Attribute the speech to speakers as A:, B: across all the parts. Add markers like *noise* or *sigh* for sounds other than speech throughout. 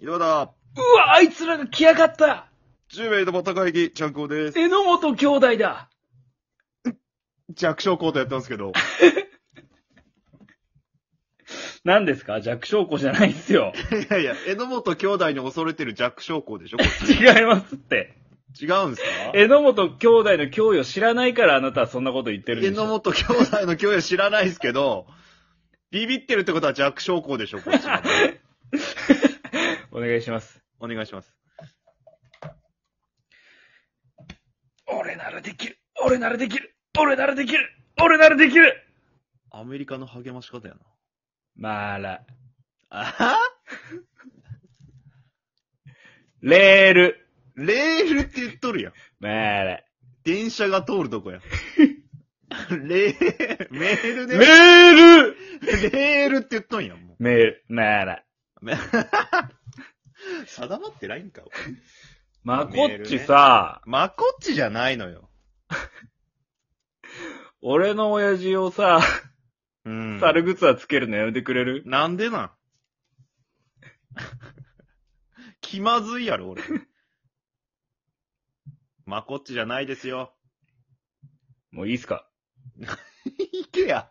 A: 井戸端、
B: うわ、あいつらが来やがった
A: 10名とも高木ちゃんこです。
B: 榎本兄弟だ
A: 弱小コートやったんですけど、
B: 何ですか弱小子じゃないですよ。 *laughs*
A: いやいや、榎本兄弟に恐れてる弱小校でしょこっ
B: 違いますって。
A: ち違うんすか
B: 榎本兄弟の供与知らないからあなたはそんなこと言ってるんでし
A: 榎
B: ょ。
A: 本兄弟の教養知らないですけど、ビビってるってことは弱小校でしょこっちは。
B: *laughs* お願いします。
A: *laughs* お願いします。
B: 俺ならできる俺ならできる俺ならできる俺ならできる
A: アメリカの励まし方やな。
B: まーら。
A: あは
B: レール。
A: レールって言っとるやん。
B: まーら。
A: 電車が通るとこ *laughs* や。レー、メールで、
B: メール
A: レールって言っとんやん、も
B: メール。まーら。
A: *laughs* う。定まってないんか。
B: まこっちさ、
A: まこっちじゃないのよ。
B: 俺の親父をさ、
A: うん
B: 猿靴はつけるのやめてくれる
A: なんでなん *laughs* 気まずいや *laughs* ろ、俺。まこっちじゃないですよ。
B: もういいっすか
A: いけや。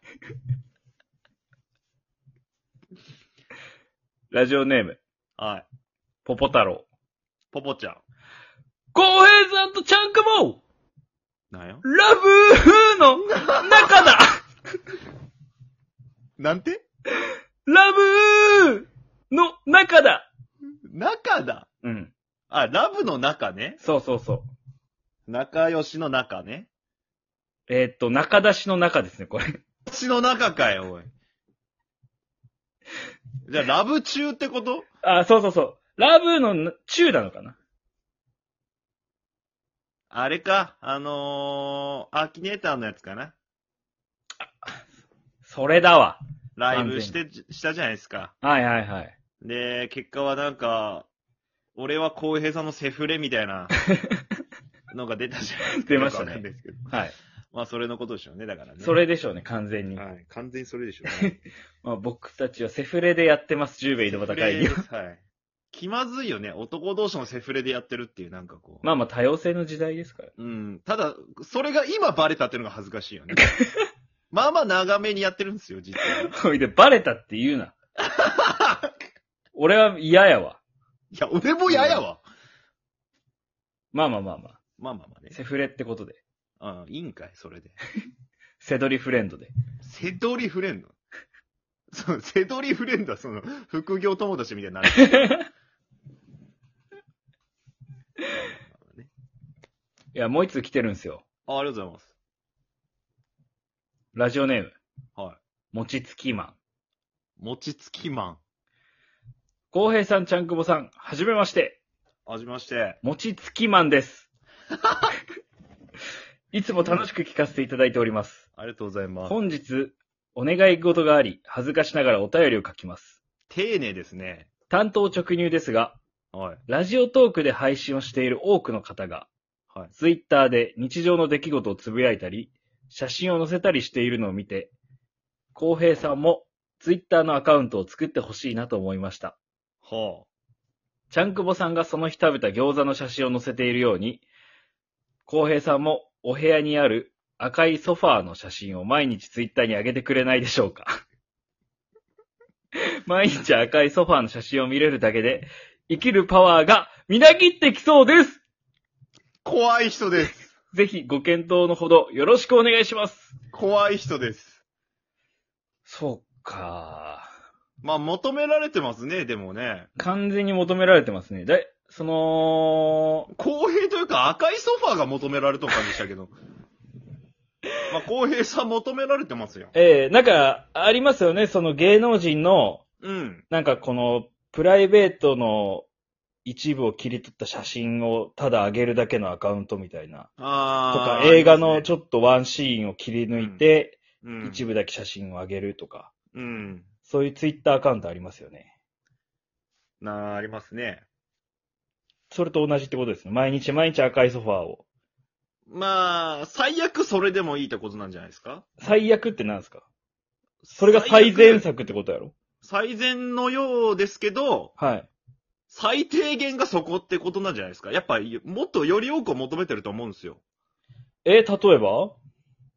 B: ラジオネーム、
A: はい。
B: ポポ太郎。
A: ポポちゃん。
B: 浩平さんとちゃんかも
A: なんよ
B: ラブーの中だ
A: なんて
B: ラブーの中だ
A: 中だ。
B: うん。
A: あ、ラブの中ね。
B: そうそうそう。
A: 仲良しの中ね。
B: えーっと、中出しの中ですね、これ。
A: しの中かよ、おい。じゃ *laughs* あ、ラブ中ってこと
B: *laughs* あ、そうそうそう。ラブーのな中なのかな
A: あれか、あのー、アキネーターのやつかな。
B: それだわ。
A: ライブして、したじゃないですか。
B: はいはいはい。
A: で、結果はなんか、俺は浩平さんのセフレみたい
B: *laughs*
A: なのが出たじゃないですか。
B: 出ましたね
A: よくわかんないですけど
B: はい。
A: まあ、それのことでしょうね、だからね。
B: そ。れでしょうね、完全に。
A: はい、完全にそれでしょうね。
B: まあ、僕たちはセフレでやってます、10名井戸端会議を
A: セ。フレはい。気まずいよね、男同士のセフレでやってるっていう、なんかこう。
B: まあまあ、多様性の時代ですから。 *laughs*
A: うん。ただ、それが今バレたっていうのが恥ずかしいよね。 *laughs* まあまあ長めにやってるんですよ、実は。
B: ほいで、バレたって言う *laughs* な。俺は嫌やわ。
A: いや、俺も嫌やわ。
B: まあまあまあまあ。
A: まあまあまあね。
B: セフレってことで。
A: うん、いいんかい、それで。
B: セドリフレンドで。
A: セドリフレンド。 *laughs* そう、セドリフレンドはその、副業友達みたいになる。
B: *laughs* いや、もう一通来てるんですよ。
A: あありがとうございます。
B: ラジオネーム。
A: は
B: 餅つきマン。
A: い。餅つきマン。
B: 浩平さん、ちゃんくぼさん、はじめまして。
A: はじめまして。
B: 餅つきマ
A: *laughs*
B: ンです。いつも楽しく聞かせていただいております。
A: ありがとうございます。
B: 本日、お願い事があり、恥ずかしながらお便りを書きます。
A: 丁寧ですね。
B: 担当直入ですが、
A: はい。
B: ラジオトークで配信をしている多くの方が、
A: はい。
B: ツイッターで日常の出来事をつぶやいたり、写真を載せたりしているのを見て、浩平さんもツイッターのアカウントを作ってほしいなと思いました。
A: は
B: ちゃんくぼさんがその日食べた餃子の写真を載せているように、浩平さんもお部屋にある赤いソファーの写真を毎日ツイッターに上げてくれないでしょうか。 *laughs* 毎日赤いソファーの写真を見れるだけで、生きるパワーがみなぎってきそうです
A: あ。怖い人
B: *laughs*
A: です。
B: ぜひご検討のほどよろしくお願いします。
A: 怖い人です。
B: そうか。
A: まあ、求められてますね、でもね。
B: 完全に求められてますね。だい、その、
A: 公平というか赤いソファーが求められとる感じでした
B: *laughs*
A: けど。まあ、公平さん求められてますよ。
B: ええなんか、ありますよね。その芸能人の、
A: うん。
B: なんかこの、プライベートの一部を切り取った写真をただ上げるだけのアカウントみたいな。と
A: あ
B: か、
A: ー
B: 映画のちょっとワンシーンを切り抜い
A: う
B: て、
A: ん
B: 一部だけ写真を上げるとか。
A: うん。
B: そういうツイッターアカウントありますよね。
A: なあ、ありますね。
B: それと同じってことですね。毎日毎日赤いソファーを。
A: まあ、最悪それでもいいってことなんじゃないですか
B: 最悪って何ですかそれが最善。策ってことやろ
A: 最善のようですけど、
B: はい。
A: 最低限がそこってことなんじゃないですか。やっぱ、もっとより多くを求めてると思うんですよ。
B: え、例えば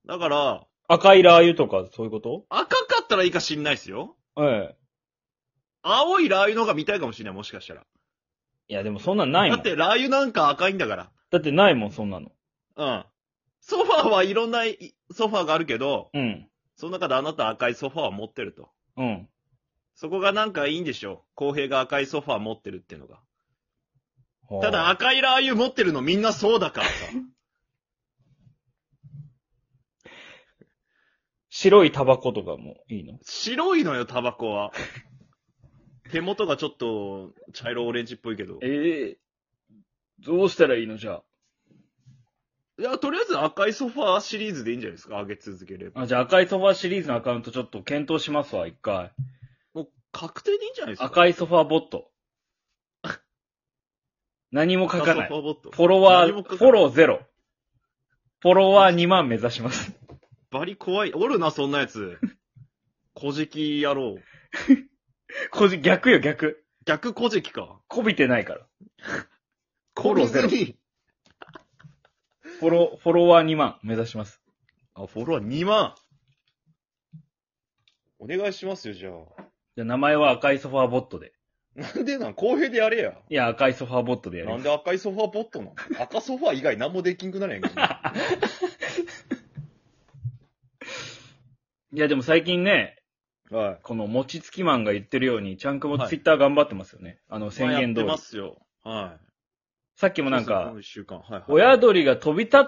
A: だから、
B: 赤いラー油とか、そういうこと
A: 赤かったらいいか知んないですよ。
B: ええ。
A: 青いラー油の方が見たいかもしれない、もしかしたら。
B: いや、でもそんなんないも
A: だ
B: ん。だ
A: って
B: って、
A: ラー油なんか赤いんだから。
B: ないもん、そんなの。
A: うん。ソファーはいろんないソファーがあるけど、
B: うん。
A: その中であなた赤いソファーを持ってると。
B: うん。
A: そこがなんかいいんでしょう。公平が赤いソファー持ってるっていうのが。ただ
B: はあ、
A: 赤いラー油持ってるのみんなそうだからさ。
B: *laughs* 白いタバコとかもいいの
A: 白いのよ、タバコは。手元がちょっと茶色オレンジっぽいけど。
B: ええどうしたらいいのじゃ
A: いや、とりあえず赤いソファーシリーズでいいんじゃないですか上げ続ければ。
B: あ。あ、じゃあ赤いソファーシリーズのアカウントちょっと検討しますわ、一回。
A: もう確定でいいんじゃないですか
B: 赤いソファーボット。 *laughs* 何も書かな
A: 赤ソ
B: い。
A: ファーボット。
B: フォロワ
A: 何も書
B: ー、
A: かない
B: フォローゼロ。フォロワー2万目指します。 *laughs*
A: バリ怖い。おるな、そんなやつ。 *laughs* 小じき野郎。
B: こじ、逆よ、逆。
A: 逆小じきか。
B: こびてないから。フォローゼロ
A: こびずに
B: フォロ、フォロワー2万目指します。
A: あ、フォロワー2万。お願いしますよ、じゃあ。
B: じゃあ名前は赤いソファーボットで。
A: なんでなん公平でやれや。
B: いや、赤いソファーボットでやり
A: な
B: ま
A: ん
B: す。
A: で赤いソファーボットなの赤ソファー以外何もできんくなれへんけど。
B: いや、でも最近ね、
A: はい。
B: この餅つきマンが言ってるように、ちゃんくも
A: はい
B: ツイッター頑張ってますよね。あの宣
A: まあ
B: 言通り
A: やってま。すよ。は
B: さっき
A: い。
B: もなん
A: そうそう
B: か
A: この、一週間。はい、はい。
B: 親鳥が飛び立っ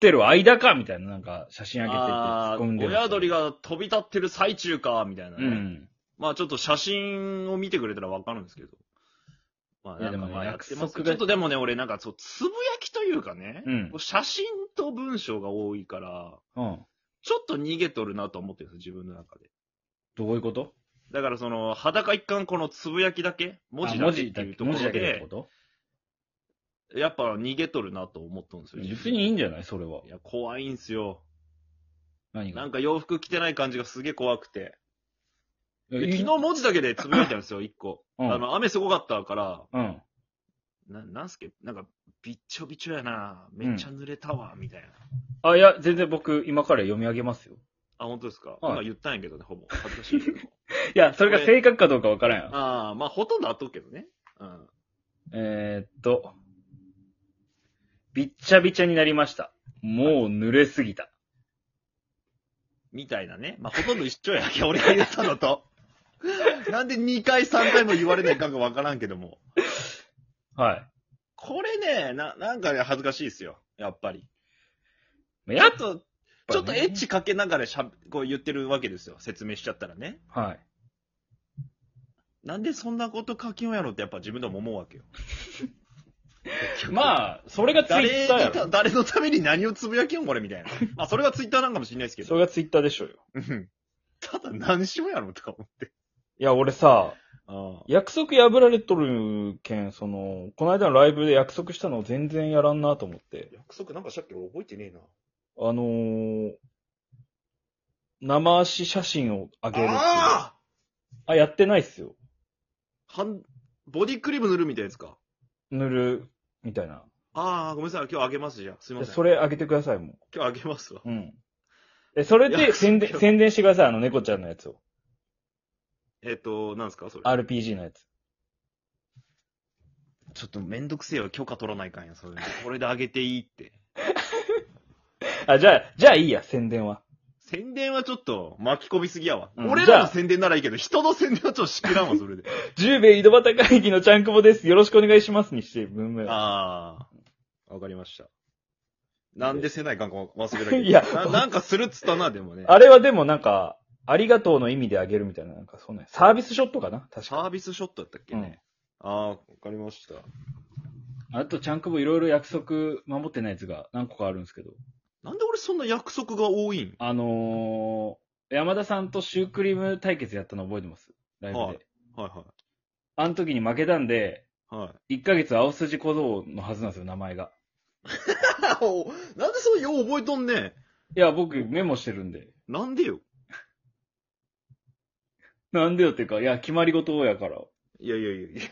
B: てる間かみたいななんか写真上げてて突
A: あ
B: っ込ん
A: ー
B: で
A: 親鳥
B: が。
A: が飛び立ってる最中か、みたいなね。
B: うん。
A: まあちょっと写真を見てくれたらわかるんですけど。まあ
B: いや
A: な
B: で
A: ん
B: も
A: か
B: ね
A: まあやってます
B: 約束
A: ち
B: が
A: ょっとでもね、俺なんかそう、つぶやきというかね、
B: うん
A: こ写真と文章が多いから、
B: うん。
A: ちょっと逃げとるなと思ってるんですよ、自分の中で。
B: どういうこと
A: だからその、裸一貫このつぶやきだけ、文字
B: あ
A: だけっていうとこ
B: 文字
A: ろ
B: だけって
A: で
B: こ、と
A: やっぱ逃げとるなと思ったんですよ。。
B: 別にいいんじゃないそれはい
A: や、怖いんすよ。
B: 何
A: な
B: が
A: んか洋服着てない感じがすげえ怖くて。
B: 昨
A: で昨日文字だけでつぶやいたんですよ、一個。
B: うん
A: あの、雨すごかったから、
B: うん。
A: な、なんすけ、なんか、びっちょびちょやな、めっちゃ濡れたわ、みたいな。
B: あ、いや、全然僕、今から読み上げますよ。
A: あ、本当ですか、
B: はい
A: 今言ったんやけどね、ほぼ。恥ずかし
B: *laughs*
A: いけど。
B: いや、それが
A: これ
B: 正確かどうかわからんよ。
A: ああ、まあ、ほとんどあっとくけどね。うん。
B: えー、っと、びっちゃびちゃになりました。もう濡れすぎた。
A: みたいなね。まあ、ほとんど一緒やけ、俺が言ったのと。 *laughs* なんで2回、3回も言われないかんかわからんけども。
B: は
A: これね、な、なんかね、恥ずかしいですよ。やっぱり。
B: い。
A: ちょ
B: やっ
A: っと、ち
B: ぱね
A: ょっとエッチかけながらしゃべ、こう言ってるわけですよ。説明しちゃったらね。
B: はい。
A: なんでそんなこと書きようやろってやっぱ自分でも思うわけよ。あ、
B: *laughs* まあ、それがツイ
A: 誰
B: ッターや
A: に
B: ろ。
A: た誰のために何をつぶやきよんこれみた
B: *laughs*
A: いな。まあ、それがツイッターなんかもしれないですけど。
B: それがツイッターでしょうよ。
A: うん *laughs* ただ何しようやろとか思って。
B: いや、俺さ、
A: あ
B: 約束破られとるけん、その、この間のライブで約束したのを全然やらんなと思って。
A: 約束なんかしたっけ俺覚えてねえな。
B: あのー、生足写真をあげるっていうあ
A: ああ
B: やってないっすよ。
A: はん、ボディクリーム塗るみたいなやつか。
B: 塗る、みたいな。
A: ああ、ごめんなさい。今日あげますじゃあ。すいま
B: で
A: せん。
B: それあげてください、も
A: 今日あげますわ。
B: う。うん。え、それ
A: い
B: で
A: や
B: 宣伝、宣伝してください、あの猫ちゃんのやつを。
A: えっ、と、なんですかそれ。
B: RPG のやつ。
A: ちょっとめんどくせえよ。許可取らないかんや、それ。これであげていいって。
B: あ、じゃあ、じゃあいいや、宣伝は。
A: 宣伝はちょっと巻き込みすぎやわ。
B: うん
A: 俺
B: じゃ
A: ら
B: あ
A: の宣伝ならいいけど、人の宣伝はちょっとしきらんわ、そ
B: *laughs*
A: れで。
B: 十兵衛井戸端会議のちゃんくぼです。よろしくお願いしますにして、文明。
A: ああ。わかりました。なんでせないかんか忘れたけど。
B: いや
A: な、なんかするっつったな、でもね。
B: あれはでもなんか、ありがとうの意味であげるみたいな、なんかそんな、サービスショットかな確
A: サ
B: か。
A: ービスショットだったっけね。ああ、わかりました。
B: あと、ちゃんくぼいろいろ約束守ってないやつが何個かあるんですけど。
A: なんで俺そんな約束が多いん
B: あのー、山田さんとシュークリーム対決やったの覚えてますライブで。
A: はいはいは
B: あの時に負けたんで、
A: い。
B: *laughs*
A: はい。
B: 1ヶ月青筋小僧のはずなんですよ、名前が。
A: おなんでそれよう覚えとんねん。
B: いや、僕メモしてるんで。
A: なんでよ。
B: なんでよっていうか、いや、決まり事やから。
A: いやいやいやいや。
B: い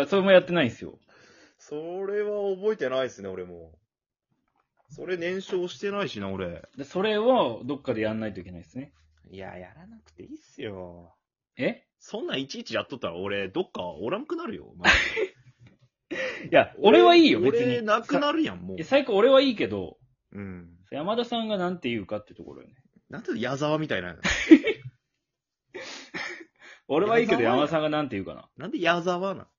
B: やそれもやってないんですよ。
A: それは覚えてないですね、俺も。それ燃焼してないしな、俺。
B: でそれをどっかでやんないといけないですね。
A: いや、やらなくていいっすよ。
B: え
A: そんなんいちいちやっとったら俺、どっかおらんくなるよ。マジで
B: いや、俺はいいよ、別
A: *laughs* 俺
B: に。
A: なくなるやん、もう
B: いや、。最高俺はいいけど、
A: うん。
B: 山田さんがなんて言うかってところよね。
A: なんて矢沢みたいな。
B: 俺はいいけど
A: 山
B: 山
A: 田
B: 田さんがなんて言うかな。
A: なんで矢沢なん *laughs*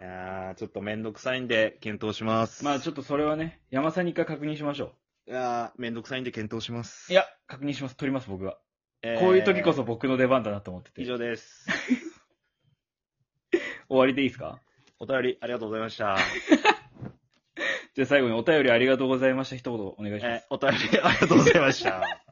A: いやー、ちょっとめんどくさいんで検討します。
B: まあちょっとそれはね、山田さんに一回確認しましょ
A: いやー、めんどくさいんで検討します。
B: う。いや、確認します。取ります、僕が。
A: えー
B: こういう時こそ。僕の出番だなと思ってて。
A: 以上 *laughs* です。
B: 終わりでいいですか
A: お便りありがとうございま *laughs* した。
B: じゃあ最後にお便りありがとうございました。一言お願いします。
A: えーお便りありがとうございました。